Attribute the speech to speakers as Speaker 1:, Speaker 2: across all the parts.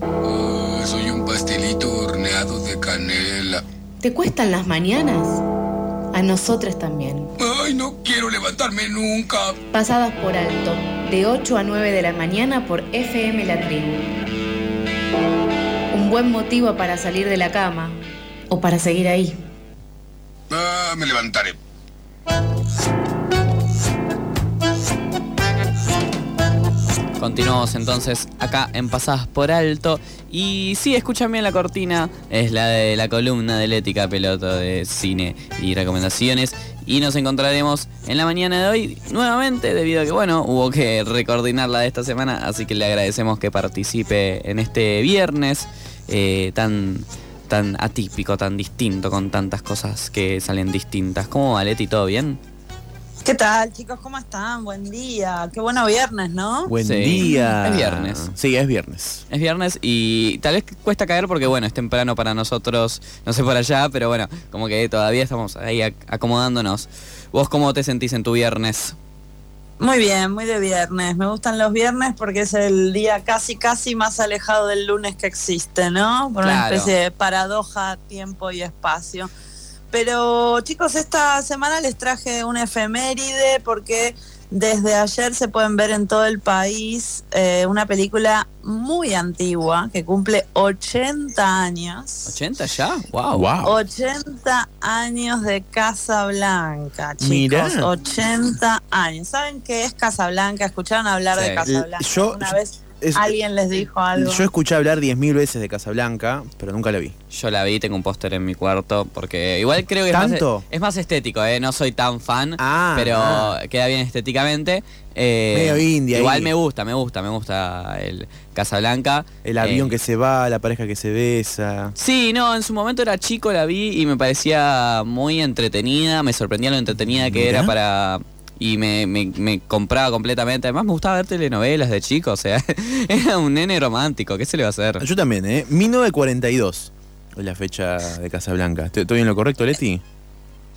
Speaker 1: Oh, soy un pastelito horneado de canela.
Speaker 2: ¿Te cuestan las mañanas? A nosotras también.
Speaker 1: Ay, no quiero levantarme nunca.
Speaker 2: Pasadas por alto, de 8 a 9 de la mañana por FM La Tribu. Un buen motivo para salir de la cama o para seguir ahí.
Speaker 1: Ah, me levantaré.
Speaker 3: Continuamos entonces acá en Pasadas por Alto. Y sí, escuchan bien la cortina. Es la de la columna de Lética Peloto de Cine y Recomendaciones. Y nos encontraremos en la mañana de hoy nuevamente debido a que, bueno, hubo que recoordinar la de esta semana. Así que le agradecemos que participe en este viernes eh, tan tan atípico, tan distinto, con tantas cosas que salen distintas. ¿Cómo va, Leti? ¿Todo bien?
Speaker 4: ¿Qué tal, chicos? ¿Cómo están? Buen día. Qué bueno viernes, ¿no?
Speaker 5: Buen
Speaker 3: Sí.
Speaker 5: día.
Speaker 3: Es viernes.
Speaker 5: Sí, es viernes.
Speaker 3: Es viernes y tal vez cuesta caer porque, bueno, es temprano para nosotros, no sé por allá, pero bueno, como que todavía estamos ahí ac- acomodándonos. ¿Vos cómo te sentís en tu viernes?
Speaker 4: Muy bien, muy de viernes. Me gustan los viernes porque es el día casi, casi más alejado del lunes que existe, ¿no? Por una
Speaker 3: Claro.
Speaker 4: especie de paradoja, tiempo y espacio. Pero chicos, esta semana les traje una efeméride porque desde ayer se pueden ver en todo el país eh, una película muy antigua que cumple 80 años.
Speaker 3: ¿80 ya? ¡Wow!
Speaker 5: Wow.
Speaker 4: 80 años de Casablanca, chicos.
Speaker 5: Mirá.
Speaker 4: 80 años. ¿Saben qué es Casablanca? ¿Escucharon hablar
Speaker 3: Sí.
Speaker 4: de Casablanca?
Speaker 5: Yo-
Speaker 4: ¿Una vez
Speaker 5: es- eh,
Speaker 4: alguien les dijo algo?
Speaker 5: Yo escuché hablar 10.000 veces de Casablanca, pero nunca la vi.
Speaker 3: Yo la vi, tengo un póster en mi cuarto, porque igual creo que es más- e-,
Speaker 5: ¿Tanto?
Speaker 3: Es, más, estético, ¿eh? No soy tan fan,
Speaker 5: Ah,
Speaker 3: pero
Speaker 5: ah.
Speaker 3: queda bien estéticamente. Eh,
Speaker 5: Medio indie
Speaker 3: Igual
Speaker 5: ahí.
Speaker 3: me gusta, me gusta, me gusta el Casablanca.
Speaker 5: El avión
Speaker 3: Eh,
Speaker 5: que se va, la pareja que se besa.
Speaker 3: Sí, no, en su momento era chico, la vi y me parecía muy entretenida, me sorprendía lo entretenida que
Speaker 5: Mirá.
Speaker 3: era para... Y me, me- me compraba completamente. Además me gustaba ver telenovelas de chico, o sea, era un nene romántico, ¿qué se le va a hacer?
Speaker 5: Yo también, ¿eh? 1942 es la fecha de Casablanca. ¿Estoy estoy en lo correcto, Leti?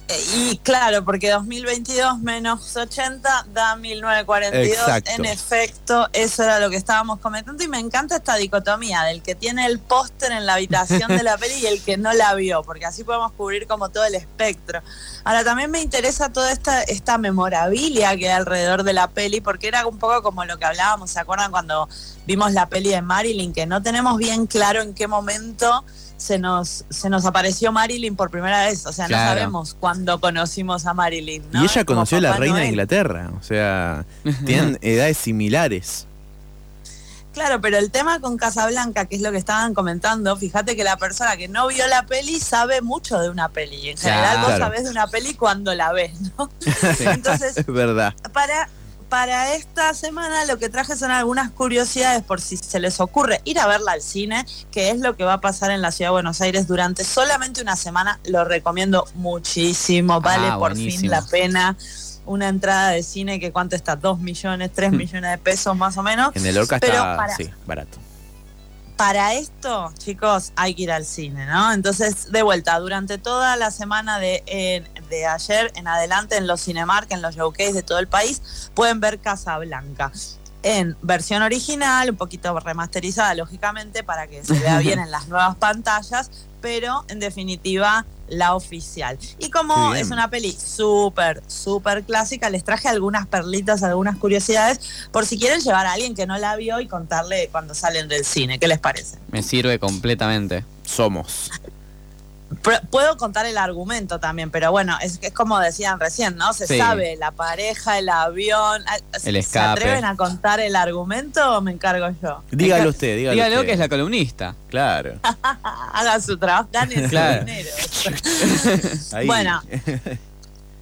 Speaker 4: Eh, Y claro, porque 2022 menos 80 da 1942.
Speaker 5: Exacto.
Speaker 4: En efecto, eso era lo que estábamos comentando. Y me encanta esta dicotomía del que tiene el póster en la habitación de la peli y el que no la vio, porque así podemos cubrir como todo el espectro. Ahora, también me interesa toda esta, esta memorabilia que hay alrededor de la peli, porque era un poco como lo que hablábamos, ¿se acuerdan cuando vimos la peli de Marilyn? Que no tenemos bien claro en qué momento se nos, se nos apareció Marilyn por primera vez. O sea, no
Speaker 3: Claro.
Speaker 4: sabemos cuándo conocimos a Marilyn. ¿no?
Speaker 5: y
Speaker 4: Es
Speaker 5: ella
Speaker 4: como
Speaker 5: conoció a la
Speaker 4: Papá
Speaker 5: reina de
Speaker 4: Noel.
Speaker 5: Inglaterra. O sea, tienen edades similares.
Speaker 4: Claro, pero el tema con Casablanca, que es lo que estaban comentando, fíjate que la persona que no vio la peli sabe mucho de una peli. Y En general vos
Speaker 5: Claro.
Speaker 4: sabés de una peli cuando la ves, ¿no?
Speaker 3: Sí.
Speaker 4: Entonces,
Speaker 5: Es verdad.
Speaker 4: para, para esta semana lo que traje son algunas curiosidades por si se les ocurre ir a verla al cine, que es lo que va a pasar en la ciudad de Buenos Aires durante solamente una semana. Lo recomiendo muchísimo, vale
Speaker 3: Ah,
Speaker 4: por
Speaker 3: buenísimo.
Speaker 4: fin la pena. Una entrada de cine que cuánto está, 2 millones,
Speaker 3: Hmm.
Speaker 4: 3 millones de pesos más o menos.
Speaker 5: En el Orca
Speaker 4: Pero
Speaker 5: está
Speaker 4: para-
Speaker 5: sí, barato.
Speaker 4: Para esto, chicos, hay que ir al cine, ¿no? Entonces, de vuelta, durante toda la semana de, eh, de ayer en adelante en los Cinemark, en los showcase de todo el país, pueden ver Casablanca. En versión original, un poquito remasterizada, lógicamente, para que se vea bien en las nuevas pantallas, pero en definitiva, la oficial. Y como
Speaker 5: Qué bien.
Speaker 4: es una peli súper, súper clásica, les traje algunas perlitas, algunas curiosidades por si quieren llevar a alguien que no la vio y contarle cuando salen del cine. ¿Qué les parece?
Speaker 3: Me sirve completamente.
Speaker 5: Somos.
Speaker 4: Pr- puedo contar el argumento también, pero bueno, es, es como decían recién, ¿no? Se
Speaker 3: Sí.
Speaker 4: sabe la pareja, el avión. ah, ¿se- ¿Se
Speaker 3: escape.
Speaker 4: atreven a contar el argumento o me encargo yo?
Speaker 5: Dígalo usted, dígalo.
Speaker 3: Dígalo
Speaker 5: usted.
Speaker 3: que es la columnista.
Speaker 5: Claro.
Speaker 4: Ah, Haga su trabajo, dan el
Speaker 3: Claro.
Speaker 4: dinero.
Speaker 5: Ahí.
Speaker 4: Bueno.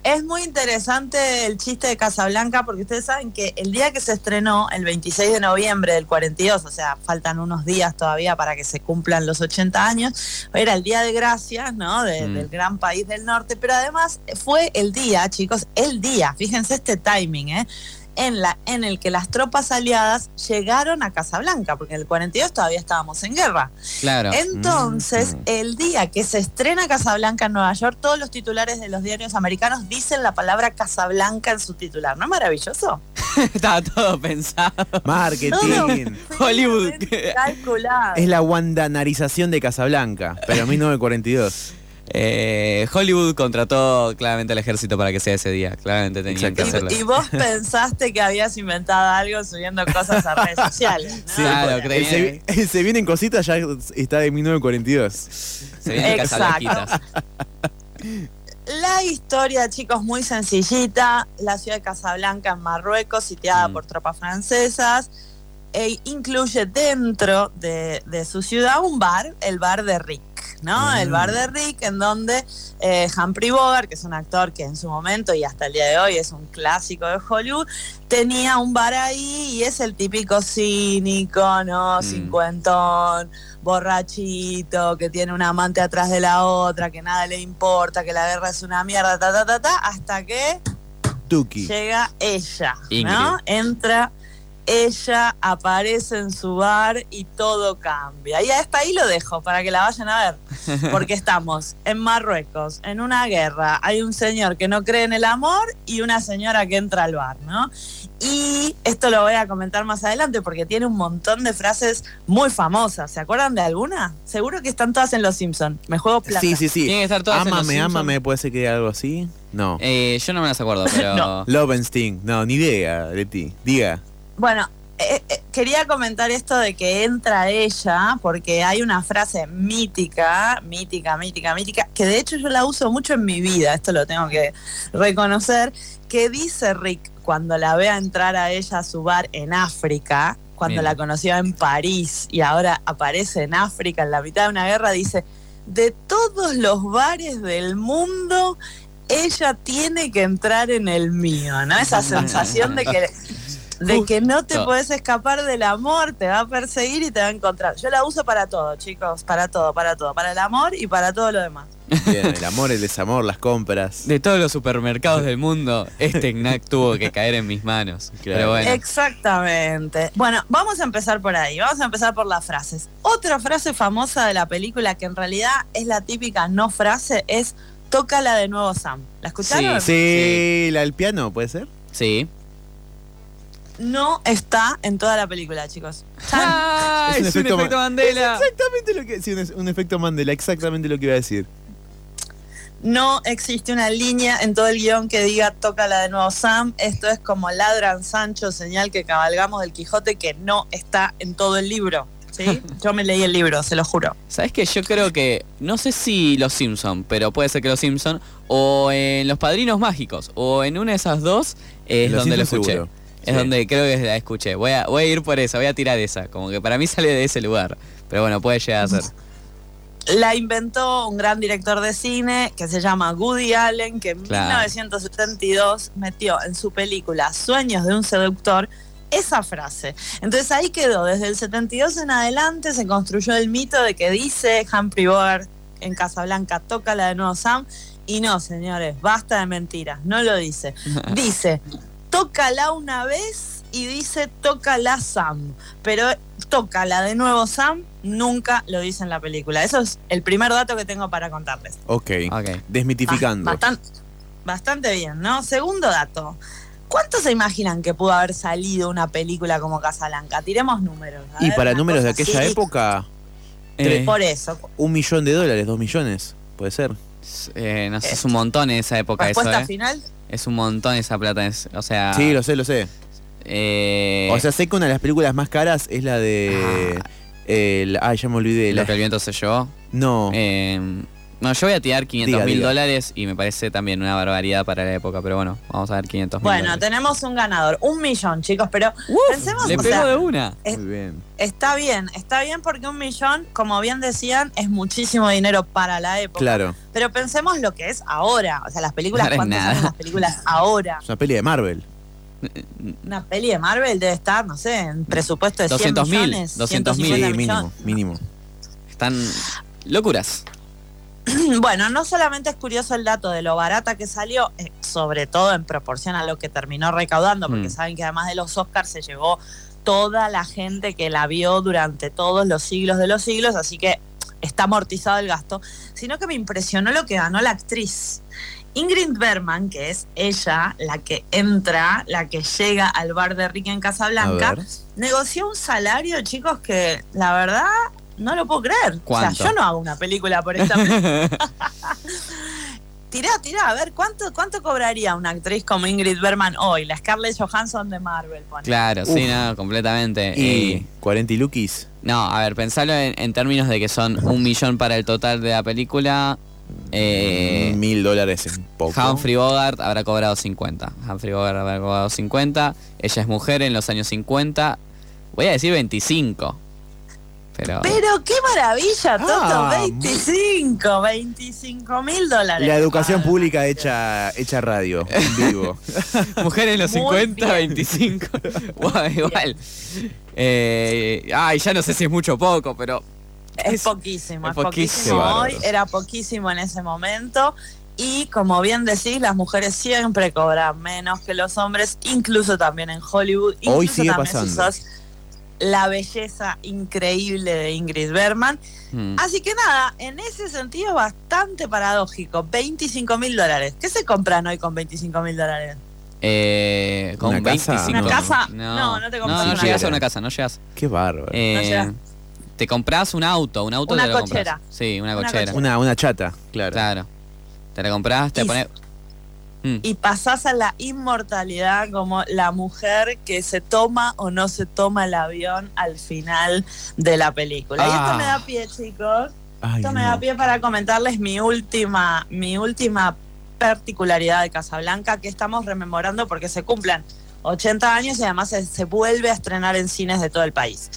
Speaker 4: Es muy interesante el chiste de Casablanca porque ustedes saben que el día que se estrenó, el 26 de noviembre del 42, o sea, faltan unos días todavía para que se cumplan los 80 años, era el Día de Gracias, ¿no? De-
Speaker 3: Mm.
Speaker 4: Del gran país del norte, pero además fue el día, chicos, el día, fíjense este timing, ¿eh? en, la, en el que las tropas aliadas llegaron a Casablanca, porque en el 42 todavía estábamos en guerra.
Speaker 3: Claro.
Speaker 4: Entonces,
Speaker 3: Mm.
Speaker 4: el día que se estrena Casablanca en Nueva York, todos los titulares de los diarios americanos dicen la palabra Casablanca en su titular. ¿No es maravilloso?
Speaker 3: Estaba todo pensado.
Speaker 5: Marketing.
Speaker 3: Hollywood.
Speaker 4: Calculado.
Speaker 5: Es la wandanarización de Casablanca, pero 1942.
Speaker 3: Eh, Hollywood contrató claramente al ejército para que sea ese día. Claramente tenían que
Speaker 5: Exacto.
Speaker 3: hacerlo.
Speaker 4: Y, y vos pensaste que habías inventado algo subiendo cosas a redes sociales. ¿no?
Speaker 3: Sí, claro,
Speaker 4: Porque-
Speaker 3: creí.
Speaker 5: El se, el se vienen cositas ya está de 1942.
Speaker 3: Se vienen
Speaker 4: Exacto.
Speaker 3: Casablanquitas.
Speaker 4: La historia, chicos, muy sencillita. La ciudad de Casablanca en Marruecos, sitiada
Speaker 3: Mm.
Speaker 4: por tropas francesas, e incluye dentro de, de su ciudad un bar, el bar de Rick. ¿no?
Speaker 5: Mm.
Speaker 4: El bar de Rick, en donde eh, Humphrey Bogart, que es un actor que en su momento y hasta el día de hoy es un clásico de Hollywood, tenía un bar ahí y es el típico cínico, ¿no?
Speaker 3: Mm.
Speaker 4: Cincuentón, borrachito, que tiene un amante atrás de la otra, que nada le importa, que la guerra es una mierda, ta, ta, ta, ta, hasta que
Speaker 5: Tuki.
Speaker 4: llega ella, ¿no?
Speaker 3: Ingrid.
Speaker 4: Entra ella, aparece en su bar y todo cambia. Y hasta ahí lo dejo para que la vayan a ver, porque estamos en Marruecos, en una guerra, hay un señor que no cree en el amor y una señora que entra al bar, ¿no? Y esto lo voy a comentar más adelante porque tiene un montón de frases muy famosas. ¿Se acuerdan de alguna? Seguro que están todas en Los Simpsons. Me juego plata.
Speaker 5: Sí, sí, sí.
Speaker 3: Tienen que estar todas en Los
Speaker 5: Ámame,
Speaker 3: Simpson.
Speaker 5: ámame, puede ser que algo así. No.
Speaker 3: Eh, yo no me las acuerdo, pero.
Speaker 4: No.
Speaker 5: Love and Sting. No, ni idea, Leti. Diga.
Speaker 4: Bueno, eh, eh, quería comentar esto de que entra ella, porque hay una frase mítica, mítica, mítica, mítica, que de hecho yo la uso mucho en mi vida, esto lo tengo que reconocer, que dice Rick cuando la vea entrar a ella a su bar en África, cuando
Speaker 3: Bien.
Speaker 4: la conoció en París y ahora aparece en África en la mitad de una guerra, dice, de todos los bares del mundo, ella tiene que entrar en el mío, ¿no? Esa sensación de que, de que no te
Speaker 3: Justo.
Speaker 4: puedes escapar del amor, te va a perseguir y te va a encontrar. Yo la uso para todo, chicos, para todo, para todo, para el amor y para todo lo demás.
Speaker 5: Bien, el amor, el desamor, las compras.
Speaker 3: De todos los supermercados del mundo, este knack tuvo que caer en mis manos.
Speaker 5: Claro.
Speaker 3: Pero bueno.
Speaker 4: Exactamente. Bueno, vamos a empezar por ahí, vamos a empezar por las frases. Otra frase famosa de la película que en realidad es la típica no frase es tócala de nuevo Sam. ¿La escucharon?
Speaker 5: Sí, la del piano, ¿puede ser?
Speaker 3: Sí.
Speaker 4: No está en toda la película, chicos. Ya
Speaker 3: Ah,
Speaker 5: Es un
Speaker 3: es un
Speaker 5: efecto
Speaker 3: efecto
Speaker 5: Ma-
Speaker 3: Mandela.
Speaker 5: Exactamente lo que. Sí, un, un efecto Mandela, exactamente lo que iba a decir.
Speaker 4: No existe una línea en todo el guión que diga tócala de nuevo Sam. Esto es como ladran Sancho, señal que cabalgamos del Quijote que no está en todo el libro. ¿sí? Yo me leí el libro, se lo juro.
Speaker 3: ¿Sabes qué? Yo creo que, no sé si Los Simpson, pero puede ser que Los Simpson o en Los Padrinos Mágicos o en una de esas dos es
Speaker 5: Los
Speaker 3: donde lo
Speaker 5: Simpsons
Speaker 3: escuché.
Speaker 5: seguro.
Speaker 3: Es
Speaker 5: Sí.
Speaker 3: donde creo que la escuché. Voy a, voy a ir por esa, voy a tirar esa. Como que para mí sale de ese lugar. Pero bueno, puede llegar a ser.
Speaker 4: La inventó un gran director de cine que se llama Woody Allen, que en
Speaker 3: Claro.
Speaker 4: 1972 metió en su película Sueños de un seductor esa frase. Entonces ahí quedó, desde el 72 en adelante se construyó el mito de que dice Humphrey Bogart en Casablanca, tócala de nuevo Sam, y no, señores, basta de mentiras, no lo dice. Dice, tócala una vez y dice, tócala Sam, pero tócala de nuevo Sam nunca lo dice en la película. Eso es el primer dato que tengo para contarles.
Speaker 5: Ok.
Speaker 3: Ok.
Speaker 5: Desmitificando.
Speaker 4: Bastante, bastante bien, ¿no? Segundo dato. ¿Cuántos se imaginan que pudo haber salido una película como Casablanca? Tiremos números. a
Speaker 5: Y
Speaker 4: ver,
Speaker 5: para
Speaker 4: una
Speaker 5: números de
Speaker 4: cosa
Speaker 5: aquella
Speaker 4: así.
Speaker 5: época,
Speaker 3: Eh,
Speaker 4: Por eso.
Speaker 5: un millón de dólares, dos millones, puede ser.
Speaker 3: eh, no sé, es un montón en esa época eso,
Speaker 4: Respuesta
Speaker 3: ¿eh?
Speaker 4: final.
Speaker 3: Es un montón esa plata. es- o sea.
Speaker 5: Sí, lo sé, lo sé.
Speaker 3: Ah. eh, Ah.
Speaker 5: O sea, sé que una de las películas más caras es la de. el, ay, ya me
Speaker 3: lo
Speaker 5: olvidé. Eh, La,
Speaker 3: que el viento se llevó.
Speaker 5: no.
Speaker 3: Eh, no, yo voy a tirar 500 mil
Speaker 5: diga.
Speaker 3: dólares y me parece también una barbaridad para la época, pero bueno, vamos a ver 500 mil.
Speaker 4: Bueno, tenemos un ganador. Un millón, chicos, pero pensemos.
Speaker 3: le
Speaker 4: o
Speaker 3: pegó
Speaker 4: sea,
Speaker 3: de una.
Speaker 4: eh,
Speaker 5: Muy bien.
Speaker 4: Está bien, está bien porque un millón, como bien decían, es muchísimo dinero para la época.
Speaker 5: Claro.
Speaker 4: Pero pensemos lo que es ahora. O sea, las películas,
Speaker 3: Ahora es
Speaker 4: ¿cuántas
Speaker 3: nada.
Speaker 4: salen las películas ahora?
Speaker 5: Es una peli de Marvel.
Speaker 4: Una peli de Marvel debe estar, no sé, en presupuesto de 100
Speaker 3: 200.000,
Speaker 4: millones.
Speaker 3: 200.000.
Speaker 4: 150
Speaker 5: Sí, mínimo,
Speaker 4: millones.
Speaker 5: mínimo.
Speaker 3: Están locuras.
Speaker 4: bueno, no solamente es curioso el dato de lo barata que salió, eh, sobre todo en proporción a lo que terminó recaudando, porque
Speaker 3: Mm.
Speaker 4: saben que además de los Oscars se llevó toda la gente que la vio durante todos los siglos de los siglos, así que está amortizado el gasto, sino que me impresionó lo que ganó la actriz. Ingrid Berman, que es ella la que entra, la que llega al bar de Rick en
Speaker 5: A
Speaker 4: Casablanca,
Speaker 5: ver.
Speaker 4: negoció un salario, chicos, que la verdad no lo puedo creer. O
Speaker 3: ¿Cuánto?
Speaker 4: sea, yo no hago una película por esta Tirá, tirá, a ver, ¿cuánto, ¿cuánto cobraría una actriz como Ingrid Berman hoy? La Scarlett Johansson de Marvel, pone.
Speaker 3: Claro, sí,
Speaker 5: Uf.
Speaker 3: no, completamente.
Speaker 5: Y
Speaker 3: Y-
Speaker 5: 40 y Lukis.
Speaker 3: no, a ver, pensalo en, en términos de que son un millón para el total de la película. Eh,
Speaker 5: Mil dólares es Mm, poco.
Speaker 3: Humphrey Bogart habrá cobrado 50. Humphrey Bogart habrá cobrado 50. Ella es mujer en los años 50. Voy a decir 25. Pero...
Speaker 4: Pero qué maravilla, Toto,
Speaker 5: Ah,
Speaker 4: 25, 25 mil dólares. Ah,
Speaker 5: La educación
Speaker 4: Madre
Speaker 5: pública
Speaker 4: mía.
Speaker 5: hecha, hecha radio, en vivo.
Speaker 3: Mujer en los
Speaker 4: Muy
Speaker 3: 50,
Speaker 4: bien.
Speaker 3: 25. Guau, igual. Eh, ay, ya no sé si es mucho o poco, pero
Speaker 4: Es poquísimo,
Speaker 3: es
Speaker 4: es poquísimo,
Speaker 5: poquísimo.
Speaker 4: hoy, era poquísimo en ese momento. Y como bien decís, las mujeres siempre cobran menos que los hombres, incluso también en Hollywood. Incluso
Speaker 5: Hoy sigue
Speaker 4: también si
Speaker 5: pasando.
Speaker 4: sos la belleza increíble de Ingrid Berman.
Speaker 3: mm,
Speaker 4: Así que nada, en ese sentido bastante paradójico. 25 mil dólares. ¿Qué se compran hoy con 25 mil dólares?
Speaker 3: eh, con
Speaker 5: ¿Una casa?
Speaker 3: 25.
Speaker 5: ¿Una
Speaker 4: casa?
Speaker 3: No,
Speaker 4: No, no te compras
Speaker 3: No,
Speaker 5: una
Speaker 3: llegas
Speaker 5: casa.
Speaker 3: a una casa, no llegas.
Speaker 5: Qué bárbaro.
Speaker 3: Eh,
Speaker 4: No llegas.
Speaker 3: te compras un auto, un auto
Speaker 4: Una
Speaker 3: te lo
Speaker 4: cochera.
Speaker 3: compras. Sí, una
Speaker 4: Una
Speaker 3: cochera.
Speaker 5: Una, una chata, claro.
Speaker 3: Claro. Te la compras, te
Speaker 4: Y-
Speaker 3: pones. Mm.
Speaker 4: Y pasás a la inmortalidad como la mujer que se toma o no se toma el avión al final de la película. Y
Speaker 3: Ah.
Speaker 4: esto me da pie, chicos.
Speaker 5: Ay,
Speaker 4: Esto me
Speaker 5: no.
Speaker 4: da pie para comentarles mi última, mi última particularidad de Casablanca que estamos rememorando porque se cumplan 80 años y además se, se vuelve a estrenar en cines de todo el país.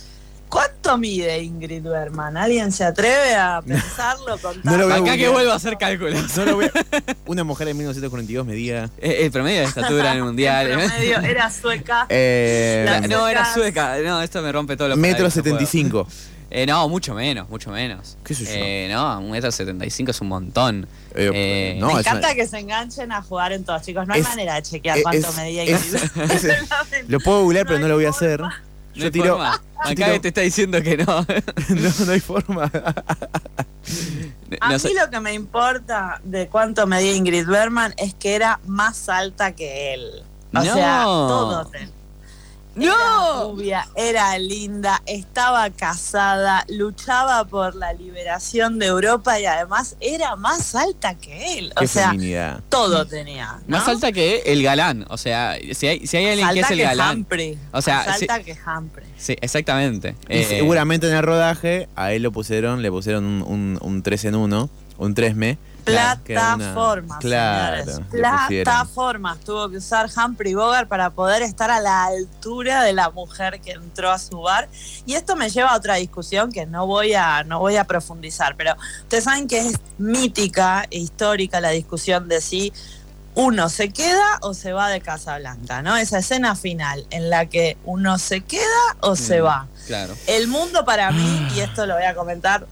Speaker 4: ¿Cuánto mide Ingrid Berman? ¿Alguien se atreve a pensarlo?
Speaker 5: No lo
Speaker 4: Contar?
Speaker 5: voy a
Speaker 3: Acá que
Speaker 5: googlear.
Speaker 3: vuelvo a hacer cálculos.
Speaker 5: No lo voy a- Una mujer en 1942 me diga.
Speaker 3: Eh, El promedio de estatura en el mundial. ¿eh?
Speaker 4: En promedio era sueca.
Speaker 5: Eh,
Speaker 4: La-
Speaker 3: no, era sueca. No, esto me rompe todo lo
Speaker 5: metro 75.
Speaker 3: Eh, no, mucho menos, mucho menos.
Speaker 5: ¿Qué sé yo?
Speaker 3: Eh, no, un metro setenta y cinco es un montón.
Speaker 5: Eh,
Speaker 3: Eh,
Speaker 5: no,
Speaker 4: Me
Speaker 5: es una-
Speaker 4: encanta que se enganchen a jugar en todos, chicos. No hay
Speaker 5: Es-
Speaker 4: manera de chequear
Speaker 5: es-
Speaker 4: cuánto
Speaker 5: es-
Speaker 4: medía
Speaker 5: es-
Speaker 4: Ingrid.
Speaker 5: es- Lo puedo googlear, pero no lo voy a hacer.
Speaker 3: No
Speaker 5: Yo
Speaker 3: hay
Speaker 5: tiro.
Speaker 3: forma. Acá
Speaker 5: tiro-
Speaker 3: te está diciendo que no.
Speaker 5: No, no hay forma.
Speaker 4: A
Speaker 3: No
Speaker 4: mí
Speaker 3: sé.
Speaker 4: lo que me importa de cuánto medía Ingrid Berman es que era más alta que él.
Speaker 3: No.
Speaker 4: O sea, todo. Era
Speaker 3: ¡No!
Speaker 4: rubia, era linda, estaba casada, luchaba por la liberación de Europa y además era más alta que él. O
Speaker 5: Qué
Speaker 4: sea,
Speaker 5: feminidad.
Speaker 4: todo tenía. ¿no?
Speaker 3: Más alta que el galán. O sea, si hay, si hay alguien
Speaker 4: Más
Speaker 3: que es
Speaker 4: alta
Speaker 3: el galán.
Speaker 4: Humphrey.
Speaker 3: O sea,
Speaker 4: Más
Speaker 3: sí-
Speaker 4: alta que Humphrey.
Speaker 3: Sí, exactamente.
Speaker 5: Y
Speaker 3: Eh,
Speaker 5: seguramente en el rodaje a él lo pusieron, le pusieron un, un, 3 en 1, un 3me. que era una-
Speaker 4: Plataformas,
Speaker 5: Claro,
Speaker 4: señores.
Speaker 5: le pusieron.
Speaker 4: Plataformas tuvo que usar Humphrey Bogart para poder estar a la altura de la mujer que entró a su bar. Y esto me lleva a otra discusión que no voy a, no voy a profundizar, pero ustedes saben que es mítica e histórica la discusión de si uno se queda o se va de Casablanca, ¿no? Esa escena final en la que uno se queda o se
Speaker 3: Mm.
Speaker 4: va.
Speaker 3: Claro.
Speaker 4: El mundo para mí, y esto lo voy a comentar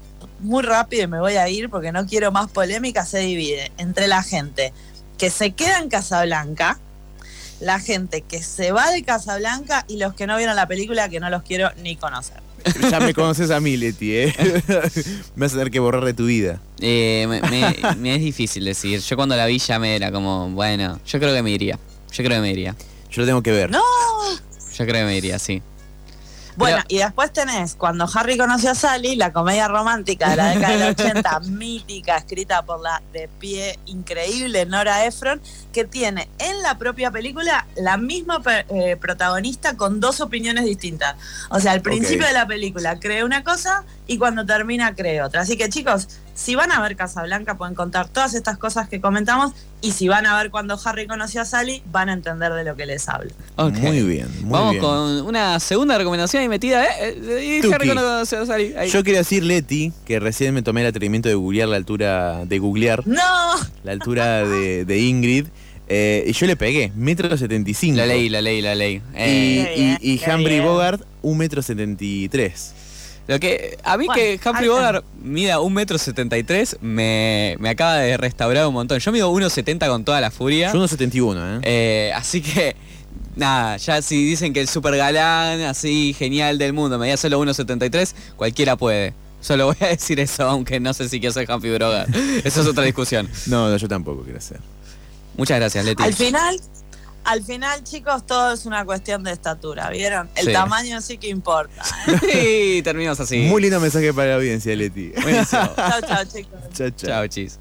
Speaker 4: muy rápido y me voy a ir porque no quiero más polémica, se divide entre la gente que se queda en Casablanca, la gente que se va de Casablanca y los que no vieron la película que no los quiero ni conocer.
Speaker 5: Ya me conoces a mí, Leti, ¿eh? me vas a tener que borrar de tu vida.
Speaker 3: Eh, me, me- me es difícil decir. Yo cuando la vi ya me era como, bueno, yo creo que me iría. Yo creo que me iría.
Speaker 5: Yo lo tengo que ver.
Speaker 4: No.
Speaker 3: Yo creo que me iría, sí.
Speaker 4: Bueno, y después tenés cuando Harry conoció a Sally, la comedia romántica de la década del 80, mítica, escrita por la de pie increíble Nora Ephron, que tiene en la propia película la misma per- eh, protagonista con dos opiniones distintas. O sea, al principio
Speaker 5: Ok.
Speaker 4: de la película cree una cosa y cuando termina cree otra. Así que chicos, si van a ver Casablanca pueden contar todas estas cosas que comentamos y si van a ver cuando Harry conoció a Sally, van a entender de lo que les hablo.
Speaker 3: Ok.
Speaker 5: Muy bien, muy
Speaker 3: Vamos
Speaker 5: bien.
Speaker 3: con una segunda recomendación y metida, ¿eh? eh, Y Harry
Speaker 5: Tuki.
Speaker 3: cuando se va a salir. ahí.
Speaker 5: Yo quiero decir, Leti, que recién me tomé el atrevimiento de googlear la altura, de googlear
Speaker 4: No,
Speaker 5: la altura de, de Ingrid. eh, y yo le pegué, metro 75.
Speaker 3: La Eh, ley, la ley, la ley.
Speaker 5: Y,
Speaker 4: Qué bien,
Speaker 5: y, y
Speaker 4: qué
Speaker 5: Humphrey
Speaker 4: bien.
Speaker 5: Bogart, un metro 73.
Speaker 3: Lo que, a mí
Speaker 4: Bueno,
Speaker 3: que Humphrey
Speaker 4: ahí está.
Speaker 3: Bogart mida 1,73m me, me acaba de restaurar un montón. Yo mido 1,70 con toda la furia.
Speaker 5: Yo 1.71, ¿eh?
Speaker 3: Eh, así que, nada, ya si dicen que el super galán, así genial del mundo, medía solo 1,73, cualquiera puede. Solo voy a decir eso, aunque no sé si quiero ser Humphrey Bogart. Eso es otra discusión.
Speaker 5: No, no, yo tampoco quiero hacer.
Speaker 3: Muchas gracias, Leti.
Speaker 4: Al final, al final, chicos, todo es una cuestión de estatura, ¿vieron? El
Speaker 3: Sí.
Speaker 4: tamaño sí que importa.
Speaker 3: y terminamos así.
Speaker 5: Muy lindo mensaje para la audiencia, Leti.
Speaker 3: Buenísimo.
Speaker 4: chao, chao, chicos.
Speaker 5: chao, chao.
Speaker 3: Chao, chis.